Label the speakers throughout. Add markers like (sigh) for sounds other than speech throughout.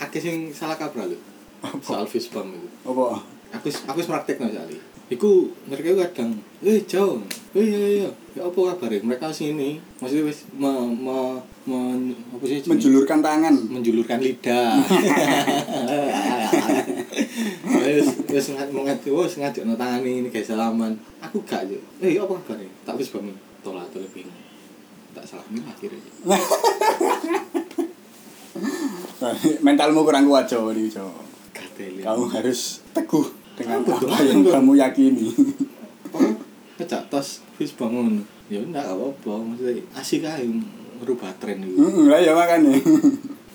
Speaker 1: akeh sing salah kaprah lho. Soal fistbump itu.
Speaker 2: Apa?
Speaker 1: Aku wis- aku wis praktekno sakli. Iku mereka kadang, "Eh, jauh. Eh, iya iya. Ya apa kabare? Mereka sini. Maksudnya wis me, me, me- apa sih? jenenge?
Speaker 2: Menjulurkan tangan.
Speaker 1: menjulurkan lidah. Terus terus ngat- mau ngadu, wes ngajak no tangan ini kayak salaman. Aku gak yo. Eh apa kabar nih? Tak wis bangun. Tolak atau lebih. Tak salamin akhirnya.
Speaker 2: Hmm. Mentalmu kurang kuat Jawa ini Jawa.
Speaker 1: Kateli.
Speaker 2: Kamu harus teguh dengan
Speaker 1: Apa tuh?
Speaker 2: Iya. apa yang kamu yakini.
Speaker 1: Oh, kecak tos wis bangun. Ya ndak apa-apa maksudnya asik ae merubah tren itu.
Speaker 2: Hmm, lah ya makanya.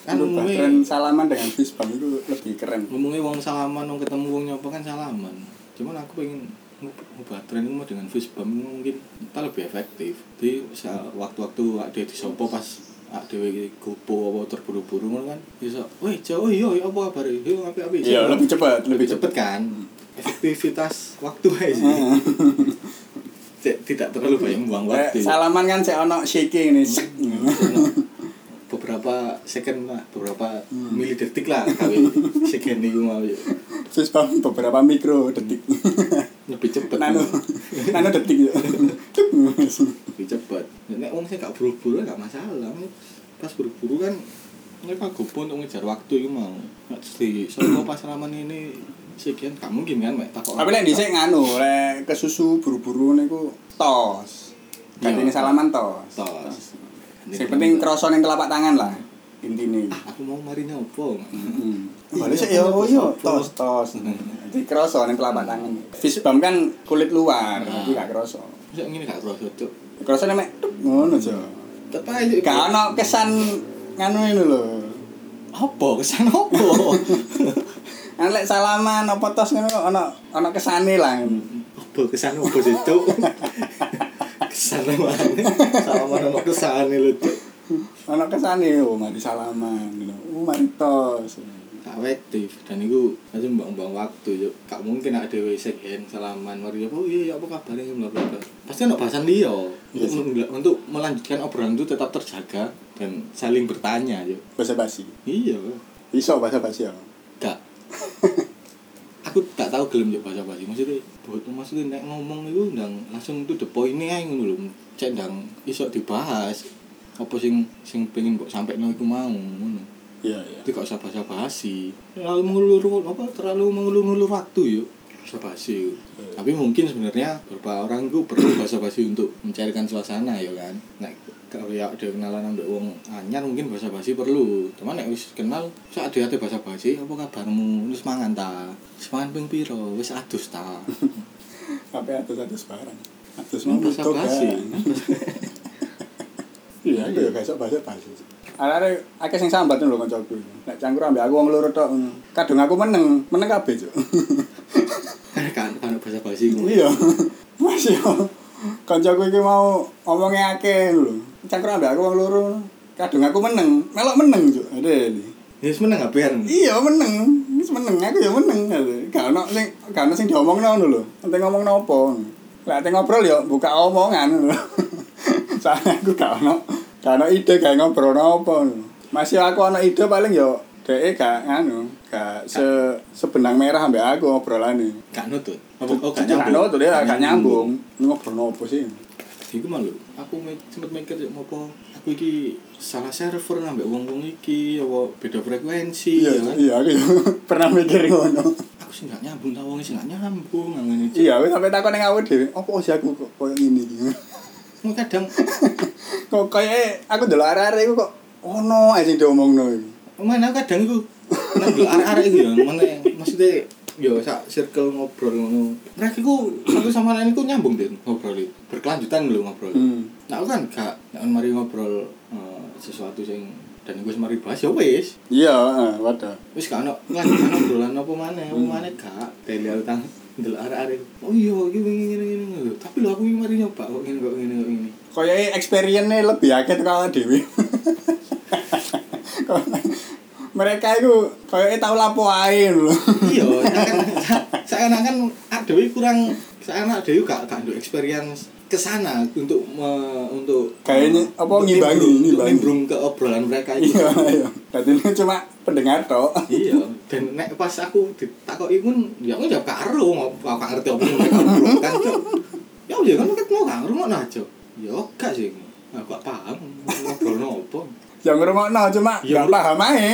Speaker 1: Kan
Speaker 2: Berubah
Speaker 1: umumnya-
Speaker 2: tren salaman dengan fistbump itu lebih keren.
Speaker 1: Ngomongnya wong salaman, wong ketemu wong nyapa kan salaman. Cuman aku pengen ngubah tren itu dengan fist bump itu mungkin kita lebih efektif. Jadi sa- waktu-waktu ada di sopo pas ada dewe gopo apa terburu-buru ngono kan bisa weh jauh iya iya, apa kabar iya apa apa
Speaker 2: Iya, lebih cepat, lebih
Speaker 1: cepet
Speaker 2: cepat.
Speaker 1: kan efektivitas waktu aja sih
Speaker 2: Hmm.
Speaker 1: Cek, tidak terlalu banyak buang
Speaker 2: Eh,
Speaker 1: waktu
Speaker 2: salaman kan saya ono shaking ini. Sek.
Speaker 1: beberapa second lah beberapa
Speaker 2: Hmm.
Speaker 1: milidetik lah kali
Speaker 2: (laughs)
Speaker 1: second itu mau ya.
Speaker 2: Fistbump beberapa mikro detik.
Speaker 1: lebih cepet
Speaker 2: Nano nano detik ya.
Speaker 1: lebih cepat nek wong sing gak buru-buru gak masalah pas buru-buru kan mereka gopo untuk ngejar waktu itu mau nggak mesti soalnya pas ramen ini sekian gak mungkin kan mek takok
Speaker 2: Tapi lek dhisik nganu, lek kesusu buru-buru niku tos. Ganti
Speaker 1: Iya.
Speaker 2: salaman tos.
Speaker 1: tos
Speaker 2: Sing penting krasa ning telapak tangan lah intine.
Speaker 1: aku mau mari nyopo
Speaker 2: Hmm. Balik sik yo yo tos Iya, tos. Nanti krasa ning telapak tangan. Ah. Fistbump kan kulit luar, tapi gak krasa.
Speaker 1: bisa ngene gak terus cocok
Speaker 2: Krasa nek mek tuk, ngono aja.
Speaker 1: tetep aja
Speaker 2: Gak ono kesan nganu ini lho.
Speaker 1: apa kesan apa
Speaker 2: (laughs) Kan lek salaman apa tos ngono kok ono ono kesane lah.
Speaker 1: apa kesan apa sih (laughs) cok kesan mana sama mana mau kesan lu cok
Speaker 2: Ono kesane oh mari salaman ngono. Oh mari tos.
Speaker 1: gak efektif dan itu aja mbang-mbang waktu ya gak mungkin ada dewe second salaman mari apa iya iya, apa kabar ini bla bla bla pasti ada bahasan dia
Speaker 2: Iya sih.
Speaker 1: untuk, mengel- untuk melanjutkan obrolan itu tetap terjaga dan saling bertanya yo
Speaker 2: Bahasa basi.
Speaker 1: iya
Speaker 2: Iso bahasa basi ya.
Speaker 1: gak (laughs) aku gak tahu gelem yo bahasa basi maksudnya buat maksudnya nek ngomong itu ndang langsung itu the point ae ngono lho cek ndang iso dibahas apa sing sing pengen mbok sampekno iku mau ngono
Speaker 2: Iya iya.
Speaker 1: itu gak usah basa-basi terlalu Ya, mengulur apa terlalu mengulur-ulur waktu yuk basa basi yuk. tapi mungkin sebenarnya beberapa orang itu perlu basa basi untuk mencairkan suasana ya kan nek kalau ya ada kenalan ambek wong anyar mungkin basa basi perlu cuman nek wis kenal saat dia ada basa basi apa kabarmu wis mangan ta wis mangan ping piro wis adus ta (laughs)
Speaker 2: Tapi atus-atus barang. Atus
Speaker 1: Ini
Speaker 2: mau
Speaker 1: bahasa
Speaker 2: butuh
Speaker 1: basi.
Speaker 2: kan. (laughs) Iya, aku ya besok bahasa basi. Arek akeh sing sambat lho kancaku. Nek cangkur ambek aku wong loro tok. hmm. Kadung aku meneng, meneng kabeh, Cuk. (laughs)
Speaker 1: kan kan basa basi ngono
Speaker 2: Iya. Mas yo. Kancaku iki mau omongnya akeh lho. Cangkur ambek aku wong loro. Kadung aku meneng, melok meneng, Cuk. Ade.
Speaker 1: ya wis meneng apean
Speaker 2: Iya, meneng. Wis meneng aku ya meneng. Gak ono sing gak ono sing diomongno ngono lho. Ente ngomong nopo. Lah ente ngobrol ya buka omongan (laughs) ngono lho. Soalnya aku gak ono gak ono ide gak ngobrol nopo. ngono. Masih aku ono ide paling ya dhek gak anu, gak se sebenang merah ambek aku ngobrolane.
Speaker 1: gak nutut apa oh gak
Speaker 2: Gak ono
Speaker 1: nyambung Hmm.
Speaker 2: tuh dia gak nyambung. Ngobrol nopo sih?
Speaker 1: Iku malu. Aku mi- sempet mikir yo apa aku iki salah server ngambek wong-wong iki apa beda frekuensi
Speaker 2: Iya,
Speaker 1: ya kan.
Speaker 2: iya aku ya (laughs) pernah mikir ngono.
Speaker 1: Aku sih gak nyambung ta wong sing gak nyambung ngene iki.
Speaker 2: Iya, aku sampe takon nang awake dhewe, opo sih aku kok koyo ngene iki?
Speaker 1: Mu kadang
Speaker 2: (laughs) kok kayak aku dulu arah-arah itu kok ono aja yang diomongno iki.
Speaker 1: mana aku kadang iku nang delok arek-arek iku ya mana maksudnya yo sak circle ngobrol ngono. Mereka iku satu sama lain iku nyambung deh ngobrol itu. Berkelanjutan lho ngobrol.
Speaker 2: Hmm.
Speaker 1: Nah, aku kan gak nek mari ngobrol eh, sesuatu sing dan gue mari bahas ya wis.
Speaker 2: iya heeh wadah
Speaker 1: wis gak ono lanjutan obrolan apa maneh
Speaker 2: Hmm.
Speaker 1: apa maneh gak tele utang ndelok arek-arek oh iya iki wingi ngene ngene ngene tapi lho aku iki mari nyoba kok ngene kok ngene kok ngene
Speaker 2: kayak experience-nya e lebih akeh tekan awake dhewe (laughs) Kok- mereka itu kayak tahu lapo ae lho
Speaker 1: iya (laughs) seakan- seakan-akan adewe kurang seakan adewe gak gak nduk experience ke sana untuk me- untuk
Speaker 2: Kayaknya, apa,
Speaker 1: untuk
Speaker 2: ngimbangi,
Speaker 1: nimbrung- untuk
Speaker 2: ngimbangi.
Speaker 1: nimbrung ke obrolan mereka itu.
Speaker 2: (laughs) iya iya Dadi ini cuma pendengar tok
Speaker 1: iya dan nek pas aku ditakoki pun ya aku jawab karo ngop- aku gak ngerti apa yang mereka obrolan Cuk. ya aku juga kan ket mau gak ngrungokno aja ya gak sih aku gak paham ngobrol apa
Speaker 2: yang ngrungokno cuma
Speaker 1: Iya,
Speaker 2: gak
Speaker 1: Bro.
Speaker 2: paham ae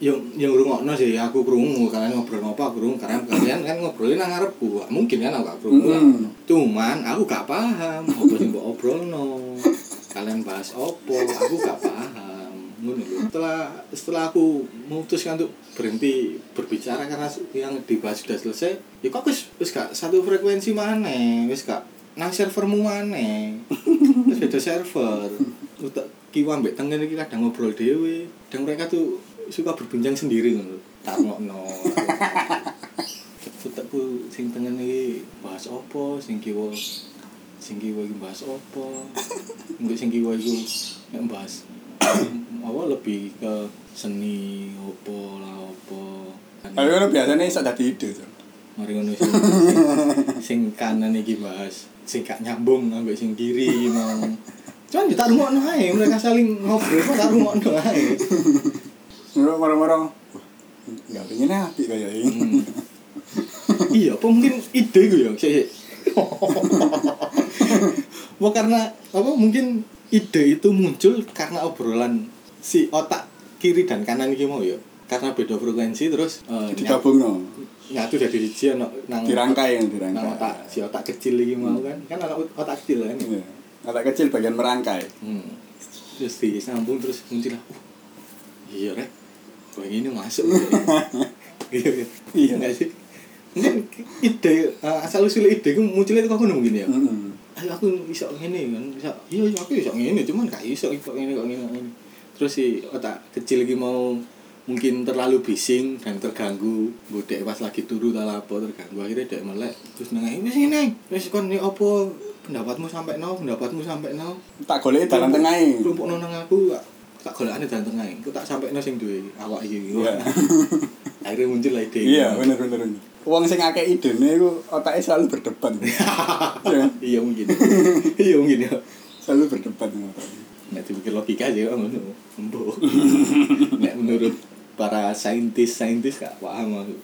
Speaker 1: ya ya ngrungokno sih aku krungu kalian ngobrol apa aku krungu karena kalian kan ngobrolin nang ngarepku Gak mungkin kan aku gak krungu
Speaker 2: Hmm.
Speaker 1: cuman aku gak paham apa sing mbok obrolno kalian bahas opo aku gak paham ngono lho setelah setelah aku memutuskan untuk berhenti berbicara karena yang dibahas sudah selesai ya kok wis wis gak satu frekuensi maneh wis gak nang servermu maneh wis beda server utek kiwa mbek tengen iki kadang ngobrol dhewe dan mereka tuh suka berbincang sendiri ngono tarnokno utekku sing tengen iki bahas opo sing kiwa sing kiwa iki bahas opo mungkin sing kiwa iku nek bahas (coughs) apa lebih ke seni opo lah opo
Speaker 2: tapi kan biasanya iso dadi ide Cuk.
Speaker 1: mari ngono sing sing kanan iki bahas sing gak nyambung ambek sing kiri mau cuman kita rungokno ae mereka saling ngobrol kok tak rungokno ae
Speaker 2: Ngrungok marang-marang ya pengen e." apik kaya ini (laughs)
Speaker 1: Hmm. (laughs) iya apa mungkin ide gue ya sih
Speaker 2: (laughs)
Speaker 1: Wah karena apa mungkin ide itu muncul karena obrolan si otak kiri dan kanan iki mau ya karena beda frekuensi terus eh, nyatu
Speaker 2: digabungno
Speaker 1: nyatu dari siji ana nang
Speaker 2: dirangkai yang
Speaker 1: nang otak
Speaker 2: dirangkai
Speaker 1: si otak kecil iki mau kan kan anak otak kecil kan
Speaker 2: Iya. otak kecil bagian merangkai
Speaker 1: hmm. terus disambung terus muncul lah uh, iya rek kok ini masuk ya. iya iya. iya nggak sih mungkin ide eh, asal usul ide ku munculnya itu kok ngono mungkin ya
Speaker 2: Heeh.
Speaker 1: ayo aku iso ngene kan iso iya iya, aku iso ngene cuman gak iso kok ngene kok ngene kok ngene terus si otak kecil iki mau mungkin terlalu bising dan terganggu bodek pas lagi turu ta apa terganggu akhirnya dek melek terus nengahi wis ngene wis kon ni opo pendapatmu sampai no pendapatmu sampai no
Speaker 2: tak goleki dalan e. tengahe
Speaker 1: kelompok nang aku tak- tak golekane dalan tengah aku tak sampai no sing duwe awak iki
Speaker 2: Iya. (laughs)
Speaker 1: akhirnya muncul lah ide (laughs)
Speaker 2: iya bener bener bener. Wong sing akeh idene iku otake selalu berdebat. Iya,
Speaker 1: iya
Speaker 2: (laughs)
Speaker 1: mungkin iya mungkin ya
Speaker 2: selalu berdebat dengan otake.
Speaker 1: Nek dipikir logika aja kan ngono. Embo.
Speaker 2: (laughs)
Speaker 1: Nek menurut para saintis-saintis gak paham aku.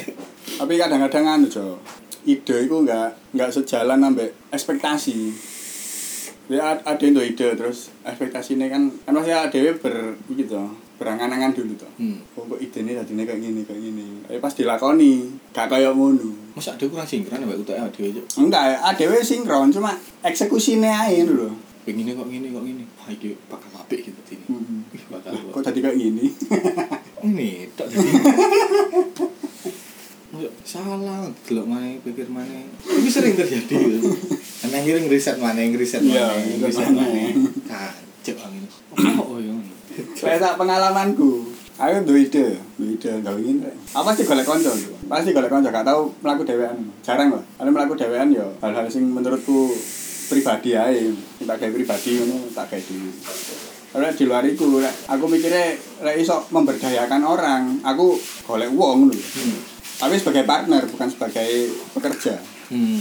Speaker 1: (laughs)
Speaker 2: Tapi kadang-kadang anu, Jo. Ide iku enggak enggak sejalan ambek ekspektasi. Ya ad- ada itu ide terus ekspektasinya kan kan masih ada ber gitu berangan-angan dulu toh.
Speaker 1: Hmm.
Speaker 2: Oh kok idenya tadinya kayak gini kayak gini. Tapi pas dilakoni gak kayak ngono.
Speaker 1: Masa ada kurang sinkron ya utak dhewe cuk.
Speaker 2: Enggak, ada sinkron cuma eksekusinya aja dulu.
Speaker 1: Begini kok ngene kok ngene. Wah iki bakal apik gitu ini.
Speaker 2: Mm-mm.
Speaker 1: Ih bakal.
Speaker 2: Mm-hmm. Lah, Kok tadi kayak gini?
Speaker 1: Ini tok jadi. Yuk, salah delok maneh pikir maneh. Ini sering terjadi gitu. Ana akhirnya ngeriset maneh, ngeriset
Speaker 2: Iya,
Speaker 1: maneh,
Speaker 2: ngeriset
Speaker 1: ngeriset
Speaker 2: maneh.
Speaker 1: maneh. Kacau angin. Oh, oh, ya.
Speaker 2: Kayak pengalamanku. Aku duwe ide, duwe ide gawe ngene. rek. Aku pasti golek kanca. Pasti golek kanca, gak tau mlaku dhewean. Jarang lah. Kalau mlaku dhewean ya hal-hal sing menurutku pribadi ae. Sing Tak gawe pribadi ngono, tak gawe dhewe. Ora di luar iku, rek. aku mikirnya rek iso memberdayakan orang, aku golek wong ngono. lho.
Speaker 1: Hmm.
Speaker 2: Tapi sebagai partner bukan sebagai pekerja.
Speaker 1: Hmm.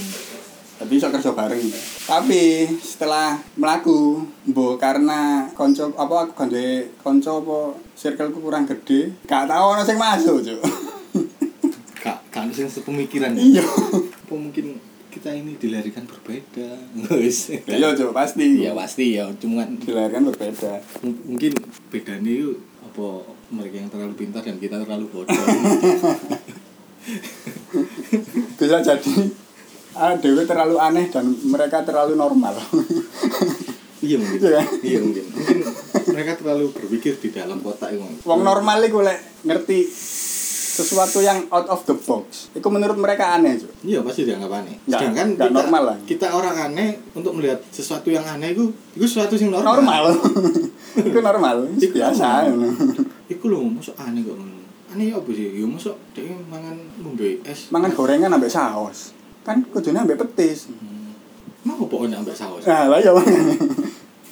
Speaker 2: tapi iso kerja bareng tapi setelah melaku mbok karena konco apa aku gandhe konco apa circleku kurang gede gak tau ono sing masuk cuk (laughs)
Speaker 1: Kak, kan sing sepemikiran.
Speaker 2: iya
Speaker 1: apa mungkin kita ini dilahirkan berbeda guys
Speaker 2: iya cuk pasti
Speaker 1: ya pasti ya cuman
Speaker 2: dilahirkan berbeda
Speaker 1: m- mungkin bedanya itu apa mereka yang terlalu pintar dan kita terlalu bodoh
Speaker 2: bisa jadi ah, dewe terlalu aneh dan mereka terlalu normal (laughs)
Speaker 1: iya mungkin
Speaker 2: Iya.
Speaker 1: iya mungkin
Speaker 2: (laughs)
Speaker 1: mungkin mereka terlalu berpikir di dalam kotak itu
Speaker 2: wong normal iku lek ngerti sesuatu yang out of the box itu menurut mereka aneh cuk
Speaker 1: iya pasti dianggap aneh
Speaker 2: Nggak-
Speaker 1: sedangkan
Speaker 2: nggak
Speaker 1: kita,
Speaker 2: normal lah.
Speaker 1: kita orang aneh untuk melihat sesuatu yang aneh itu itu sesuatu yang normal,
Speaker 2: normal (laughs) itu normal
Speaker 1: Iku
Speaker 2: biasa
Speaker 1: itu loh masuk aneh kok ngono. aneh ya apa sih ya masuk dia mangan ngombe es
Speaker 2: mangan gorengan ambek saus kan kudune ambek petis
Speaker 1: Hmm. Emang apa ono ambek saus?
Speaker 2: nah lah ya mangan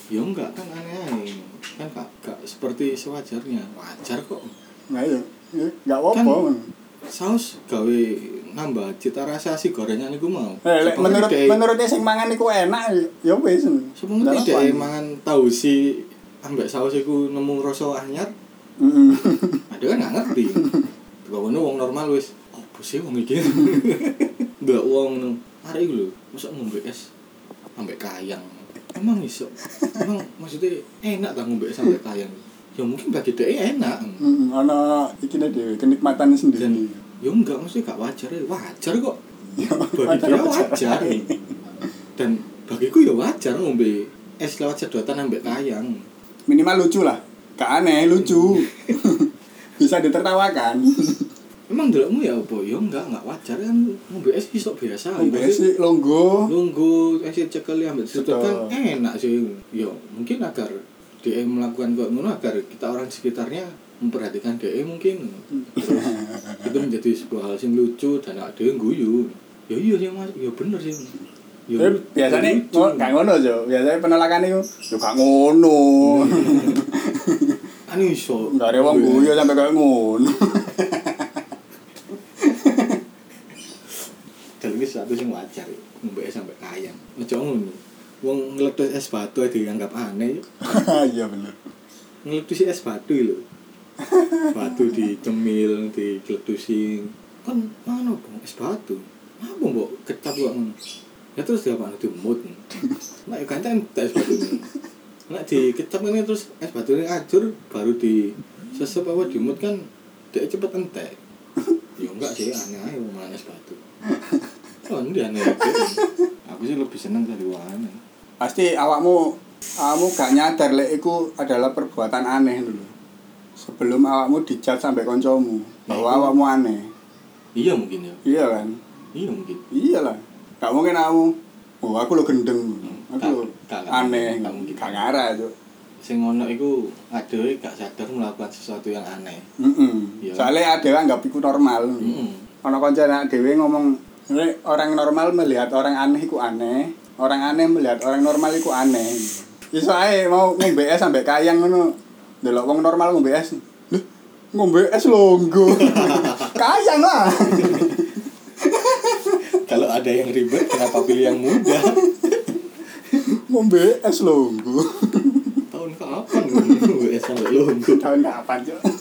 Speaker 1: Ya enggak kan aneh ae. Kan gak, gak seperti sewajarnya. Wajar kok. Kan
Speaker 2: nah iya nggak apa-apa
Speaker 1: Saus gawe nambah cita rasa si gorengan iku mau.
Speaker 2: Eh, lek
Speaker 1: Sepengen
Speaker 2: menurut
Speaker 1: dhek-
Speaker 2: menurutnya sing mangan iku enak ya wis.
Speaker 1: sepengen
Speaker 2: Nggak
Speaker 1: dhek
Speaker 2: apa-apa.
Speaker 1: mangan tahu si ambek saus iku nemu rasa anyar,
Speaker 2: Mm-mm.
Speaker 1: ada kan nggak ngerti. Kau kono wong normal wis, opo sih wong iki? Nggak wong nang arek iku lho, mosok ngombe es ambek kayang. Emang iso. Emang maksudnya enak ta ngombe es ambek kayang. Ya mungkin bagi dhek enak.
Speaker 2: Mm-mm. Ana ikine dhewe kenikmatannya sendiri.
Speaker 1: Dan ya enggak mesti gak wajar ya. Wajar kok.
Speaker 2: Ya,
Speaker 1: bagi
Speaker 2: (laughs) wajar-
Speaker 1: dia
Speaker 2: wajar.
Speaker 1: wajar dan bagiku ya wajar ngombe es lewat sedotan ambek kayang
Speaker 2: Minimal lucu lah. Gak aneh, lucu. (laughs) Bisa
Speaker 1: (laughs)
Speaker 2: ditertawakan.
Speaker 1: emang delokmu ya apa ya enggak enggak wajar kan ngombe es iso biasa
Speaker 2: Ngombe sih longgo.
Speaker 1: nunggu es cekel ambek sedotan
Speaker 2: Betul.
Speaker 1: enak sih ya mungkin agar dia melakukan kok ngono agar kita orang sekitarnya memperhatikan dia
Speaker 2: (laughs)
Speaker 1: mungkin Terus itu menjadi sebuah hal yang lucu dan ada yang guyu ya iya sih mas ya bener sih ya,
Speaker 2: Eh, biasanya
Speaker 1: lucu.
Speaker 2: ngo- gak ngono Jo. Biasanya penolakan itu yo gak ngono.
Speaker 1: Hmm.
Speaker 2: (laughs)
Speaker 1: anu iso
Speaker 2: Gak ada wong
Speaker 1: Ngombe es.
Speaker 2: guyu sampai kayak ngono. (laughs)
Speaker 1: dan ini satu yang wajar ya. ngombe es sampai kayang ojo ngono wong ngeletus es batu aja dianggap aneh yuk.
Speaker 2: Iya bener.
Speaker 1: ngeletusi es batu lho batu dicemil digeletusi kan mana dong es batu apa mbok kecap kok ngono. ya terus dia apa dimut nah ya ganteng tak es batu ini nah dikecap ini terus es batu ini ajur baru di sesep apa dimut kan dia cepet entek ya enggak sih aneh aja mau es batu oh ini aneh aja. aku sih lebih seneng dari warna
Speaker 2: Pasti awakmu awakmu gak nyadar lek iku adalah perbuatan aneh dulu. Sebelum awakmu dijat sampai koncomu
Speaker 1: Nah,
Speaker 2: bahwa
Speaker 1: itu-
Speaker 2: awakmu aneh.
Speaker 1: iya mungkin ya
Speaker 2: Iya kan?
Speaker 1: iya mungkin
Speaker 2: Iyalah. Gak mungkin kamu. Oh, aku lo gendeng. Aku
Speaker 1: Gak-
Speaker 2: lo
Speaker 1: gak- gak-
Speaker 2: aneh.
Speaker 1: gak mungkin.
Speaker 2: Gak ngara, Cuk.
Speaker 1: sing ngono iku adewe gak sadar melakukan sesuatu yang aneh. (laughs)
Speaker 2: Mm-mm.
Speaker 1: Iya.
Speaker 2: Soalnya ada yang anggap iku normal.
Speaker 1: Heeh.
Speaker 2: Ono kanca anak dhewe ngomong, "Nek orang normal melihat orang aneh iku aneh, orang aneh melihat orang normal iku aneh." Iso ae mau ngombe es sampe kayang ngono. Delok wong normal ngombe es. Lho, ngombe es (laughs) longgo. kayang lah.
Speaker 1: Kalau ada yang ribet kenapa pilih yang muda? (laughs)
Speaker 2: ngombe es longgo.
Speaker 1: Tahun kapan gue sampai longgo? (laughs)
Speaker 2: Tahun kapan, Cuk?